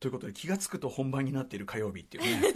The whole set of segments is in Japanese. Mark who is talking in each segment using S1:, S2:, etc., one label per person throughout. S1: ということで気がつくと本番になっている火曜日っていう ね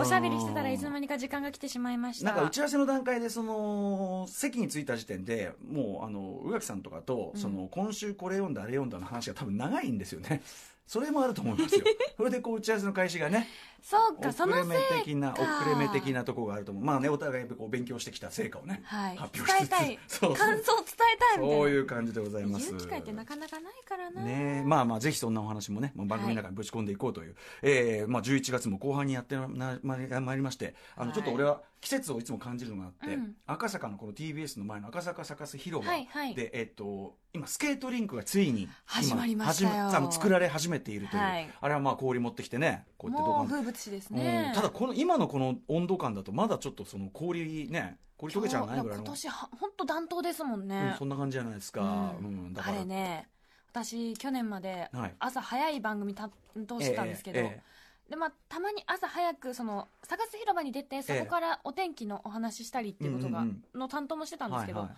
S2: おしゃべりしてたらいつの間にか時間が来てしまいました
S1: なんか打ち合わせの段階でその席に着いた時点でもうあの宇垣さんとかとその今週これ読んだあれ読んだの話が多分長いんですよね。 それもあると思い ますよ。それでこう打ち合わせの開始がね、
S2: そうかそ
S1: 遅
S2: の
S1: れ
S2: せ
S1: 目的
S2: い
S1: な
S2: か
S1: 遅れ目的なところがあると思う。まあねお互いこう勉強してきた成果をね、
S2: はい
S1: 発表しつ
S2: 伝え
S1: つ、
S2: たい
S1: そう
S2: 感想を伝えたいみたいな
S1: そういう感じでございます。
S2: 言う機会ってなかなかないからな
S1: ねえまあまあぜひそんなお話もねもう番組の中にぶち込んでいこうという、えーまあ、11月も後半にやってなまいまいりましてあの
S2: はい
S1: ちょっと俺は季節をいつも感じるのがあって、
S2: うん
S1: 赤坂のこの TBS の前の赤坂サカス広場で、
S2: はいはい
S1: えっと今スケートリンクがついに今
S2: 始まりましたよ
S1: 始まあの作られ始めているという、
S2: はい
S1: あれはまあ氷持ってきてねこうやってど
S2: も
S1: か
S2: うん
S1: と
S2: 風物詩ですね
S1: うんただこの今のこの温度感だとまだちょっとその氷ね氷溶けちゃわないぐらい
S2: 今
S1: の
S2: 年は本当暖冬ですもん
S1: うん
S2: ね、
S1: そんな感じじゃないですか、う
S2: うんん
S1: だか
S2: あ
S1: ら
S2: れね私去年まで
S1: はい
S2: 朝早い番組担当してたんですけど、
S1: ええええ
S2: でまあ、たまに朝早くそのサカス広場に出てそこからお天気のお話ししたりっていうことが、
S1: うんうん
S2: の担当もしてたんですけど、
S1: はい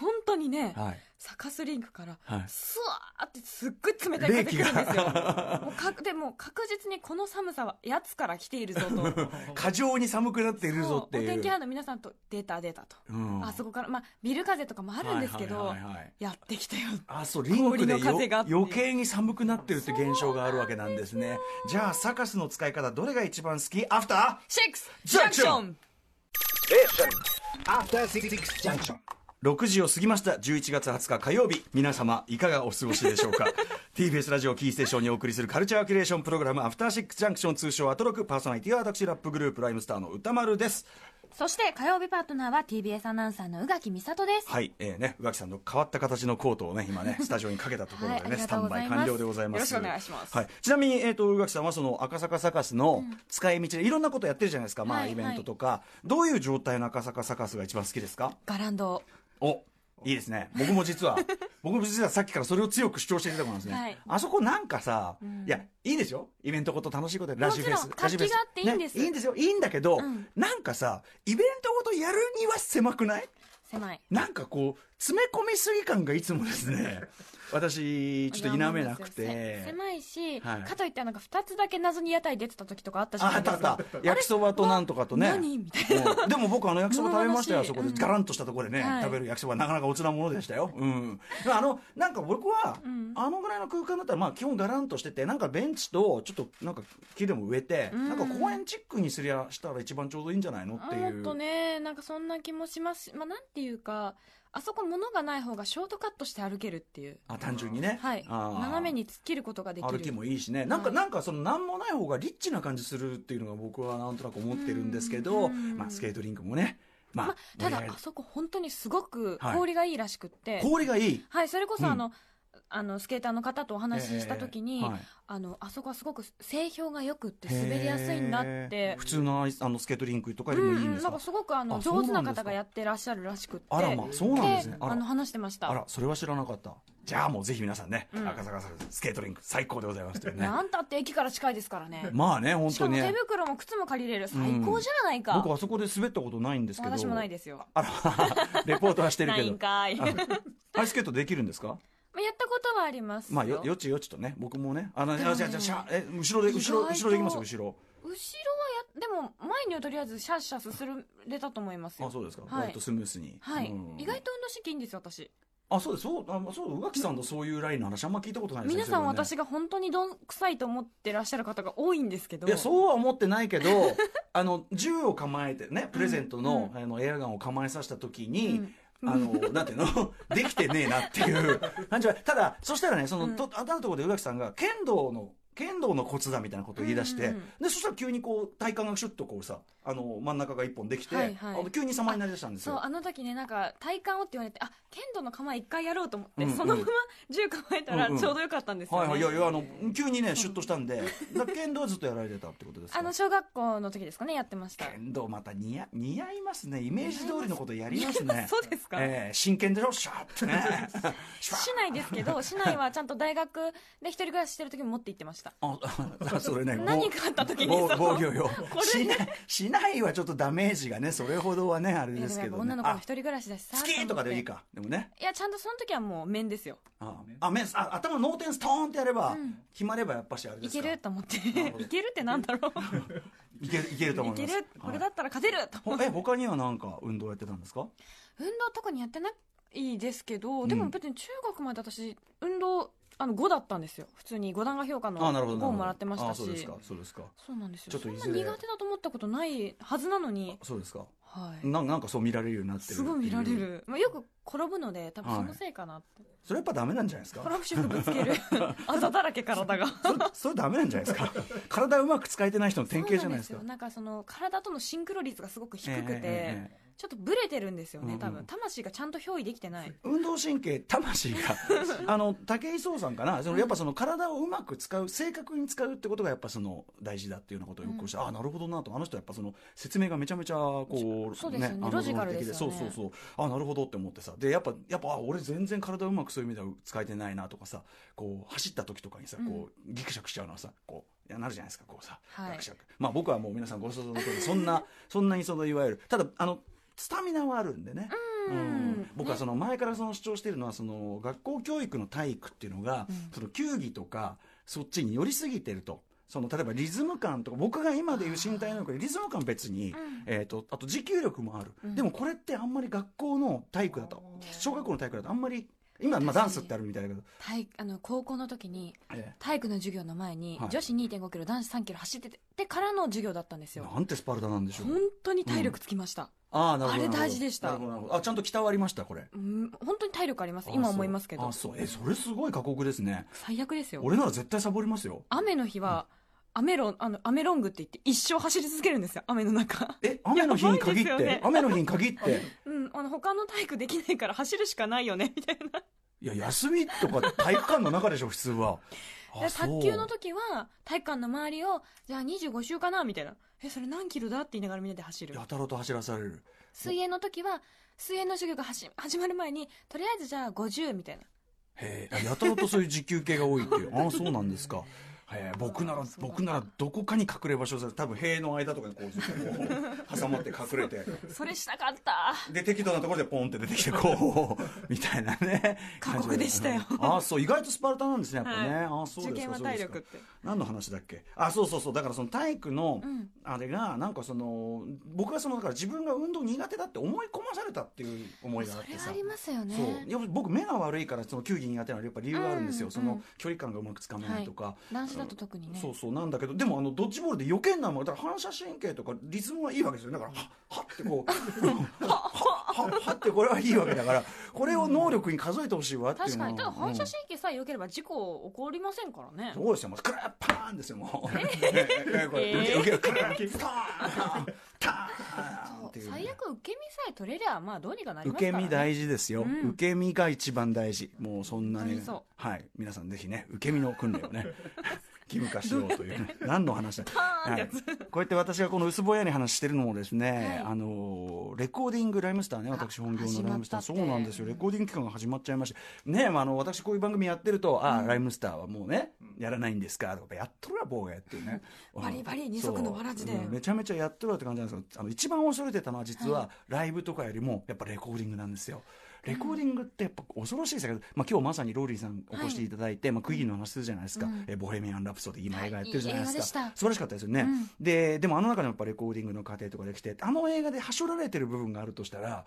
S2: 本当にね、
S1: はいはい
S2: サカスリンクから
S1: はい
S2: スワーってすっごい冷たい風来るんですよ
S1: 冷気が
S2: もうかでも確実にこの寒さはやつから来て いるぞと
S1: 過剰に寒くなっている
S2: そう
S1: ぞ
S2: お
S1: っていう。
S2: 天気班の皆さんとデータデータと、
S1: うん
S2: あそこから、まあ、ビル風とかもあるんですけど、
S1: はいはいはいはい
S2: やってきたよ
S1: あそうリンクでよ
S2: 氷の風がっていう
S1: 余計に寒くなってるって現象があるわけなんですねじゃあサカスの使い方どれが一番好きアフター
S2: シックス
S1: ジ
S2: ジ
S1: ャン
S2: ャ
S1: ク
S2: ンク
S1: シ
S2: シ
S1: ョ
S2: ョ
S1: ン
S2: ン
S3: After Six Junction.
S1: 6時を過ぎました11月20日火曜日皆様いかがお過ごしでしょう か TBS ラジオキーステーションにお送りするカルチャーキュレーションプログラム「アフターシックスジャンクション」通称アトロクパーソナリティは私ラップグループライムスターの歌丸です
S2: そして火曜日パートナーは TBS アナウンサーの宇垣美里です、
S1: はい、えーね、宇垣さんの変わった形のコートをね、今 ね、スタジオにかけたところでね、
S2: はいあり
S1: ス
S2: が
S1: タ
S2: とう
S1: ン
S2: ござ
S1: バ
S2: い
S1: イ
S2: ます
S1: 完了でございます。
S2: よろしくお願いします
S1: はい、ちなみに、えっ、と、宇垣さんはその赤坂サカスの使い道で、いろんなことやってるじゃないですか、まあ、
S2: はい
S1: イベントとか、どういう状態の赤坂サカスが一番好きですか。
S2: ガランド
S1: お、いいですね。僕も実 は、僕も実はさっきからそれを強く主張していたところなんですね。
S2: はい
S1: あそこなんかさ、
S2: ん
S1: いや、いいでしょイベントこと楽しいことラジオフェス
S2: もちろん。
S1: ラジオフェス
S2: 活気があっていいんです
S1: ねいいんですよ。いいんだけど、
S2: うん
S1: なんかさ、イベントごとやるには狭くない
S2: 狭い
S1: なんかこう、詰め込みすぎ感がいつもですね、私、ちょっと否めなく
S2: いや思うんですよせ
S1: て。
S2: 狭いし、
S1: はい
S2: かといってなんか2つだけ謎に屋台出てた時とかあったじゃ
S1: あ
S2: な
S1: あ
S2: い
S1: っ
S2: で
S1: たあ
S2: す
S1: っ
S2: か
S1: た。焼きそばとなんとかとね。
S2: 何みたい
S1: うんでも僕あの焼きそば食べましたよ、あ
S2: 物々しい
S1: そこで。
S2: うん
S1: ガランとしたところでね、
S2: はい
S1: 食べる焼きそばなかなかおつなものでしたよ。うん。あの、なんか僕は、
S2: ん
S1: あのぐらいの空間だったら、まあ基本ガランとしてて、なんかベンチと、ちょっとなんか木でも植えて、
S2: うん
S1: なんか公園チックにすりゃしたら一番ちょうどいいんじゃないのってい
S2: なもっ
S1: う。
S2: とねなんかそんな気もしますしまあなんていうかあそこ物がない方がショートカットして歩けるっていう
S1: あ、単純にね。
S2: はい
S1: あー
S2: 斜めに突っ切ることができる
S1: 歩きもいいしねなんか、
S2: はい
S1: なんかその何もない方がリッチな感じするっていうのが僕はなんとなく思ってるんですけど、
S2: うん
S1: まあ、スケートリンクもね、まあ
S2: まあ、た
S1: 盛
S2: だ
S1: り上が
S2: あそこ本当にすごく
S1: はい
S2: 氷がいいらしくっ
S1: る
S2: て、はい
S1: 氷がいい。
S2: それこ
S1: う
S2: そ
S1: ん
S2: あの、あのスケーターの方とお話しした時に、
S1: えーはい
S2: あのあそこはすごく整氷がよくって滑りやすいんだっ
S1: へー
S2: て
S1: 普通のあのスケートリンクとか
S2: う
S1: より
S2: ん
S1: も
S2: う
S1: いいん
S2: ん
S1: です
S2: なん
S1: か
S2: かすごくあの
S1: あそうなん
S2: 上
S1: ですか
S2: 手な方がやってらっしゃるらしくって
S1: あらまあそうなんですねあら
S2: あの話してまし
S1: あ
S2: た
S1: らそれは知らなかったじゃあもうぜひ皆さんね、
S2: うん
S1: 赤坂さんスケートリンク最高でございますというね
S2: なんたって駅から近いですからね
S1: まあね本
S2: し
S1: 当
S2: か
S1: に
S2: も手
S1: ね
S2: 袋も靴も借りれる最高じゃないか、
S1: 僕あそこで滑ったことないんですけど
S2: 私もないですよ
S1: あらレポートはしてる
S2: な
S1: け
S2: いん
S1: ど
S2: か いまあやっ
S1: アイススケートできるんですか
S2: たことはありますよ,、
S1: まあよよちよちとね僕もねあの、
S2: で
S1: じ
S2: もね
S1: ゃじゃじゃえ後ろで後
S2: 意
S1: ろ
S2: 外と
S1: 後ろできますよ後ろ
S2: 後ろはやでも前にはとりあえずシャッシャッするれたと思いますよ
S1: あそうですか、
S2: はい
S1: 割とスムースに、
S2: はい、
S1: うん
S2: 意外と運動神経いいんですよ私
S1: あそうですそうあそう宇垣さんのそういうラインの話あんま聞いたことないですね
S2: 皆さ
S1: そう
S2: ん
S1: いう
S2: 私が本当にどんくさいと思ってらっしゃる方が多いんですけど
S1: のねいやそうは思ってない けどあの銃を構えてねプレゼントの,、あのエアガンを構えさせた時に、あのなんていうの できてねえなっていう感じはただそしたらねその、
S2: うん
S1: とあたるところで宇垣さんが剣道の剣道のコツだみたいなことを言い出して、
S2: うんうんうん
S1: でそしたら急にこう体幹がシュッとこうさあの真ん中が一本できて、
S2: はいはい
S1: あの急に様になりだしたんです
S2: そう
S1: よ。
S2: あの時ねなんか体幹をって言われてあ剣道の構え一回やろうと思って、
S1: うんうん
S2: そのまま銃構えたら
S1: うんうん
S2: ちょうどよかったんですよ、
S1: は
S2: ね
S1: いはい、いやいやあの急にねシュッとしたんでだから剣道はずっとやられてたってことですか
S2: あの小学校の時ですかねやってました
S1: 剣道また似合似合いますねイメージ通りのことやりますね
S2: そうですか、
S1: ええ真剣でしょシ ャーってねシュワ
S2: 市内ですけど市内はちゃんと大学で一人暮らししてる時も持って行ってましした
S1: ああそ れね
S2: 何かあった時に
S1: 防
S2: その
S1: 防御用
S2: これ
S1: しないしないはちょっとダメージがねそれほどはねあれ
S2: い
S1: で
S2: やですも
S1: け
S2: やっぱ
S1: ど、ね、
S2: 女の子の
S1: あ
S2: 一人暮らしだしさ
S1: 好きとかでいい
S2: 思っ
S1: かでもね
S2: ていやちゃんとその時はもう面ですよ
S1: ああメンスあ頭脳天ストーンってやれば、
S2: うん
S1: 決まればやっぱしあれで
S2: い
S1: す
S2: け
S1: か
S2: ると思って
S1: なるほど
S2: いけるってなんだろ
S1: いけるいけると
S2: うい
S1: 思い
S2: け
S1: ます
S2: るこれだ
S1: はい
S2: ったら勝てると思っ
S1: ほ
S2: て
S1: え他には何か運動やってたんですか
S2: 運動特にやってないですけど、
S1: ん
S2: でも別に中学まで私運動あの5だったんですよ普通に5段が評価の
S1: あなるほどなるほ
S2: 5
S1: ど
S2: をもらってました
S1: あ
S2: し
S1: そうですかそうですか
S2: そうなんですよ
S1: ちょっ
S2: そ
S1: と
S2: ん
S1: い
S2: な
S1: ずれ
S2: 苦手だと思ったことないはずなのに、
S1: そうですか
S2: はい、
S1: ななんかそう見られるようになってる
S2: すごい見られ
S1: ってう
S2: る、まあ、よく転ぶので多分そのせいかなって、
S1: それやっぱダメなんじゃないですか
S2: 転ぶ職ぶつける あざだらけ体が
S1: それそれダメなんじゃないですか 体うまく使えてない人 の典型じゃないですか
S2: そうなんですよなんかその体とのシンクロ率がすごく低
S1: えええ
S2: くて、
S1: えええ
S2: ちょっとブレてるんですよね多
S1: うんう
S2: 分
S1: ん
S2: 魂がちゃんと憑依できてない
S1: 運動神経魂があの武井壮さんかなそのやっぱその体をうまく使う正確に使うってことがやっぱその大事だっていうようなことをよくおっしゃる、あなるほどなとあの人はやっぱその説明がめちゃめちゃこう
S2: そうですよね
S1: あの
S2: ロジカルですよね
S1: 論理的そうそうそうあなるほどって思ってさでやっぱやっぱあ俺全然体うまくそういう意味では使えてないなとかさこう走った時とかにさこうギクシャクしちゃうのはさこういやなるじゃないですかこうさ、
S2: はい
S1: ギクシャクまあ僕はもう皆さんご想像の通りそんなそんなにそのいわゆるただあのスタミナはあるんでね、
S2: うん
S1: 僕はその前からその主張しているのはその学校教育の体育っていうのが、
S2: うん
S1: その球技とかそっちに寄りすぎてると。その例えばリズム感とか僕が今でいう身体能力リズム感別に、
S2: うん
S1: えー、とあと持久力もある、
S2: うん
S1: でもこれってあんまり学校の体育だと小学校の体育だとあんまり今、まあ、ダンスってあるみたいだけど、
S2: 体あの高校の時に
S1: え
S2: 体育の授業の前に、
S1: はい
S2: 女子2 5キロ男子3キロ走っててでからの授業だったんです
S1: え
S2: よ
S1: なんてスパルタなんでしょ
S2: 本
S1: う
S2: 当に体力つきました、
S1: ああなるほど
S2: あ
S1: なる
S2: れ
S1: ほど
S2: 大事でした
S1: なるほどなるほどあちゃんと鍛わりましたこれ
S2: うん、本当に体力あります今思いますけど
S1: あそうあそうえそれすごい過酷ですね
S2: 最悪ですよ
S1: 俺なら絶対サボりますよ
S2: 雨の日は、雨ロンあの雨ロングって言って一生走り続けるんですよ雨 の中
S1: え雨の日に限って、
S2: やばいですよね
S1: 雨の日に限って
S2: うんあの他の体育できないから走るしかないよねみたいない
S1: や休みとか体育館の中でしょ普通 は
S2: で卓球の
S1: 時
S2: 時は体育館の周りをじゃあ25周かなみたいなえそれ何キロだって言いながらみんなで走る
S1: やたらと走らされる
S2: 水泳の時は水泳の授業がはし始まる前にとりあえずじゃあ50みたいな
S1: へえやたらとそういう時給系が多いっていう ああそうなんですかへえ僕なら
S2: そうなんだ
S1: 僕ならどこかに隠れ場所をさ多分塀の間とかにこうずっとこう挟まって隠れて
S2: それしたかった
S1: で適当なところでポンって出てきてこうみたいなね
S2: 過酷でしたよ
S1: 感じでああそう意外とスパルタなんですねやっぱね、
S2: はい
S1: ああそうですか
S2: 受験は
S1: そうで
S2: 体
S1: すか
S2: 力って
S1: 何の話だっけあそうそうそうだからその体育の
S2: うん
S1: あれがなんかその僕はそのだから自分が運動苦手だって思い込まされたっていう思いがあ
S2: そ
S1: っ
S2: れ
S1: て
S2: は
S1: さ
S2: ありますよね
S1: そうやっぱ僕目が悪いからその球技苦手なのはやっぱ理由があるんですよ、
S2: うん
S1: その距離感がうまくつかめないとか、
S2: 男子だと特にね
S1: そうそうなんだけどでもあのドッジボールで余計なもんだから反射神経とかリズムはいいわけですよだからははってこうははははってこれはいいわけだからこれを能力に数えてほしいわっていう
S2: 確
S1: の
S2: か
S1: は
S2: にただ反射
S1: うん
S2: 神経さえ良ければ事故起こりませんからね
S1: そうですよ、もう、クラッパーンですよ、もう。 ええこれ、
S2: ええ
S1: 受け、クラッ、ストーンターン
S2: そ
S1: っ
S2: う
S1: ていう
S2: 最悪受け身さえ取れりゃまあどうにかなりま
S1: 受
S2: すか
S1: け
S2: ら、ね、
S1: 身大事ですよ、
S2: うん
S1: 受け身が一番大事もうそんな
S2: 本当
S1: ね
S2: にそ
S1: はい皆さんぜひね受け身の訓練を ね義務化しようというね何の話だ
S2: ーンってやつ
S1: はいこうやって私がこの薄ぼんやり話してるのもですね、
S2: はい
S1: あのーレコーディングライムスターね私本業
S2: 始
S1: のラ
S2: まったって
S1: イムスターそうなんですよレコーディング期間が始まっちゃいましてねまあ、あの私こういう番組やってると、ああライムスターはもうねやらないんですかとかやっとるわ坊やっていうね
S2: バリバリ二足のわらじで
S1: そうめちゃめちゃやってるわって感じなんですけどあの一番恐れてたのは実はライブとかよりもやっぱレコーディングなんですよ。レコーディングってやっぱ恐ろしいですけど、まあ、今日まさにローリーさんお越していただいて、まあ、クイーンの話するじゃないですか「
S2: うん
S1: えボヘミアン・ラプソディ」今映画やってるじゃないですか、
S2: はいいい映画でした
S1: 素晴らしかったですよね、
S2: うん
S1: ででもあの中のやっぱレコーディングの過程とかできてあの映画ではしょられてる部分があるとしたら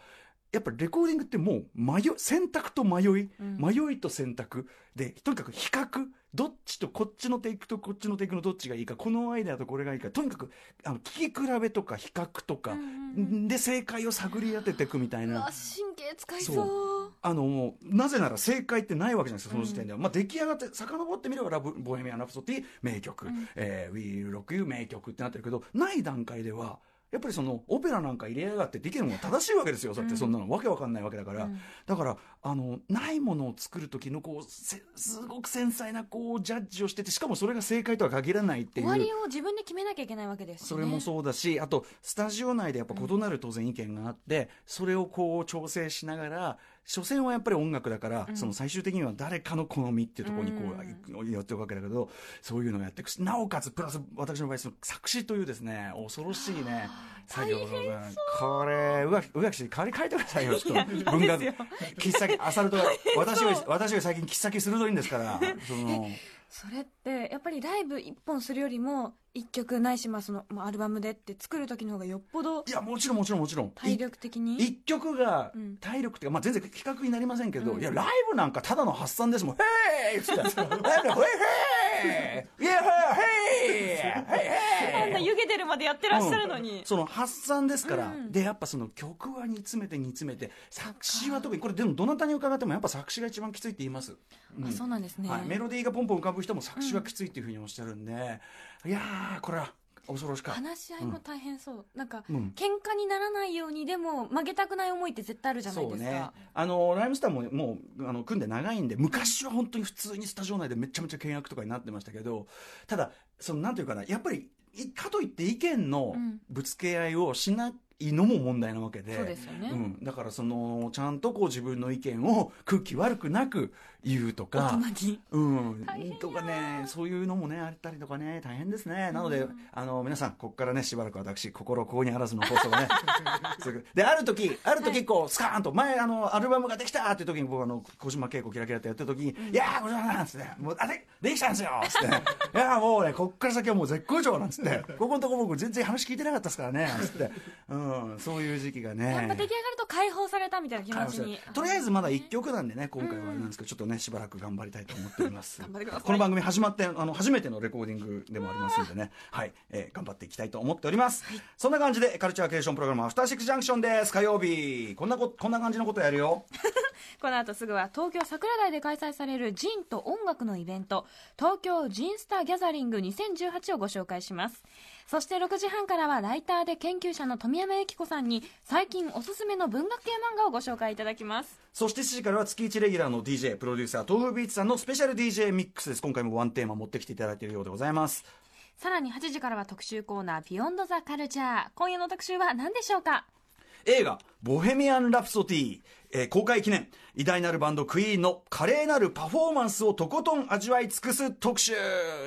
S1: やっぱレコーディングってもう迷い選択と迷い、
S2: うん
S1: 迷いと選択でとにかく比較どっちとこっちのテイクとこっちのテイクのどっちがいいかこのアイデアとこれがいいかとにかくあの聞き比べとか比較とか、
S2: うんうんうん
S1: で正解を探り当てていくみたいう
S2: わ
S1: な
S2: 神経使いそう
S1: そあのもうなぜなら正解ってないわけじゃないですかその時点では、まあ、出来上がって遡ってみればラブ「ボヘミアン・ラプソディ」名曲「
S2: うん
S1: えー、We Will Rock You」名曲ってなってるけどない段階ではやっぱりそのオペラなんか入れやがってできるのが正しいわけですよだってそんなの、わけわかんないわけだから、
S2: うん
S1: だからあのないものを作る時のこうせすごく繊細なこうジャッジをしててしかもそれが正解とは限らないってい
S2: 終
S1: う。
S2: わりを自分で決めなきゃいけないわけですしね
S1: それもそうだし、あと、スタジオ内でやっぱ異なる当然意見があって、それをこう調整しながら、所詮はやっぱり音楽だから、
S2: うん
S1: その最終的には誰かの好みっていうところにこう、寄っていくわけだけどそういうのをやっていくしなおかつプラス私の場合その作詞というですね恐ろしいね作業がこれ宇垣宇垣氏代わりに書いてくださいよちょっと文
S2: な
S1: 学
S2: んですよ
S1: 喫茶店アサルトは私より私より最近喫茶店鋭いんですからその。
S2: それってやっぱりライブ一本するよりも一曲ないしまあその、まあ、アルバムでって作る時の方がよっぽど
S1: いや、もちろんもちろんもちろん。
S2: 体力的に
S1: 一曲が
S2: うん
S1: 体力っていうか、まあ、全然企画になりませんけど、
S2: うん
S1: いやライブなんかただの発散ですもん「へーい!」っつって「ライブでへーい!」「イエーイへーい!」
S2: あんな
S1: へーい
S2: 湯気出るまでやってらっしゃるのに、
S1: その発散ですから、
S2: うん
S1: でやっぱその曲は煮詰めて煮詰めて作詞は特にこれでもどなたに伺ってもやっぱ作詞が一番きついって言います、うん
S2: あそうなんですね、
S1: はい、メロディーがポンポン浮かぶ人も作詞がきついっていうふうにおっしゃるんで、いやーこれは恐ろしかった
S2: 話し合いも大変そう、なんか、
S1: うん
S2: 喧嘩にならないようにでも曲げたくない思いって絶対あるじゃないですか、
S1: そうね、あのライムスターももうあの組んで長いんで昔は本当に普通にスタジオ内でめちゃめちゃ倹約とかになってましたけどただそのなんていうかなやっぱりいかといって意見の
S2: うん
S1: ぶつけ合いをしないのも問題なわけで。
S2: そうですよね、
S1: うん、だからそのちゃんとこう自分の意見を空気悪くなく言うとか
S2: 大人に
S1: うん
S2: 大変や、ー
S1: とかね、そういうのもね、あったりとかね、大変ですね。なので、
S2: うん
S1: あの、皆さん、ここからね、しばらく私、心ここにあらずの放送が ね、続くで、ある時、ある
S2: は
S1: 時、
S2: い
S1: こう、スカーンと、前、あの、アルバムができたっていう時に、僕、あの、小島慶子キラキラってやってる時に、いやー、小島なんつって、もう、あれ、できたんですよつ って、いやー、もうね、こっから先はもう絶好調なんつって、ここのとこ僕、全然話聞いてなかったですからね、つって、うん、そういう時期がね。
S2: やっぱ出来上がると解放されたみたいな気持ちに
S1: とりあえずまだ1
S2: 一
S1: 曲なんでね今回はなんですけどちょっとねしばらく頑張りたいと思っております
S2: 頑張ってください
S1: この番組始まってあの初めてのレコーディングでもありますんでねはい、えー頑張っていきたいと思っております、そんな感じでカルチャーケーションプログラム「アフターシックスジャンクション」です火曜日こんなここんな感じのことやるよ
S2: この後すぐは東京桜台で開催されるジンと音楽のイベント東京ジンスターギャザリング2018をご紹介しますそして6時半からはライターで研究者の富山由紀子さんに最近おすすめの文学系漫画をご紹介いただきます
S1: そして7時からは月1レギュラーの DJ プロデューサー豆腐ビーツさんのスペシャル DJ ミックスです今回もワンテーマ持ってきていただいているようでございます
S2: さらに8時からは特集コーナー「ビヨンドザカルチャー今夜の特集は何でしょうか
S1: 映画「ボヘミアン・ラプソディ」えー公開記念偉大なるバンドクイーンの華麗なるパフォーマンスをとことん味わい尽くす特集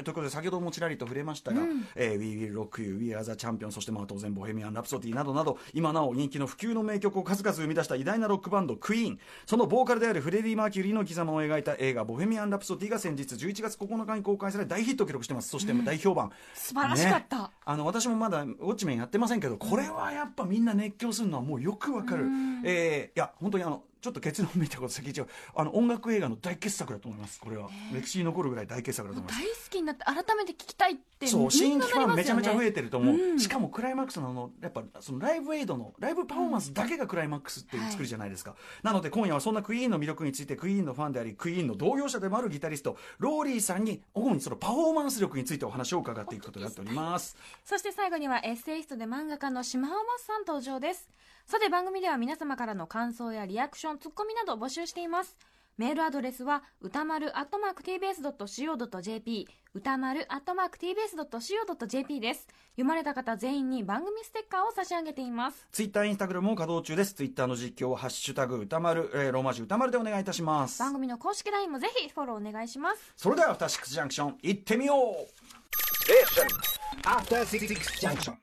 S1: ということで先ほどもちらりと触れましたが「えー We Will Rock You」「We Are the Champion」そしてまあ当然「ボヘミアン・ラプソディ」などなど今なお人気の普及の名曲を数々生み出した偉大なロックバンドクイーンそのボーカルであるフレディ・マーキュリーの生き様を描いた映画「ボヘミアン・ラプソディ」が先日11月9日に公開され大ヒットを記録してますそして大評判、
S2: 素晴らしかった、
S1: ねあの私もまだウォッチメンやってませんけどこれはやっぱみんな熱狂するのはもうよくわかる、えーいや本当にあのちょっと結論見たこと先一応あの音楽映画の大傑作だと思いますこれは、歴史に残るぐらい大傑作だと
S2: もう
S1: 思います
S2: 大好きになって改めて聞きたいって
S1: そう
S2: み
S1: 新
S2: んな
S1: 規ファ
S2: なり
S1: ン
S2: ま
S1: め
S2: す
S1: ちゃ
S2: よ
S1: めちゃ増
S2: ね
S1: えてると思う、
S2: うん
S1: しかもクライマックスのあのやっぱそのライブエイドのライブパフォーマンスだけがクライマックスっていう作りじゃないですか、なので今夜はそんなクイーンの魅力についてクイーンのファンでありクイーンの同業者でもあるギタリストローリーさんに主にそのパフォーマンス力についてお話を伺っていくことになっております
S2: そして最後にはエッセイストで漫画家の島尾真さん登場です。さて番組では皆様からの感想やリアクション、ツッコミなど募集しています。メールアドレスは歌丸 atmarktbs.co.jp 歌丸 atmarktbs.co.jp です。読まれた方全員に番組ステッカーを差し上げています。
S1: ツイッター、インスタグラムも稼働中です。ツイッターの実況は、ハッシュタグ、歌丸、えーローマ字歌丸でお願いいたします。
S2: 番組の公式 LINE もぜひフォローお願いします。
S1: それでは、アフターシックスジャンクション、行ってみよう
S3: After Six Junction.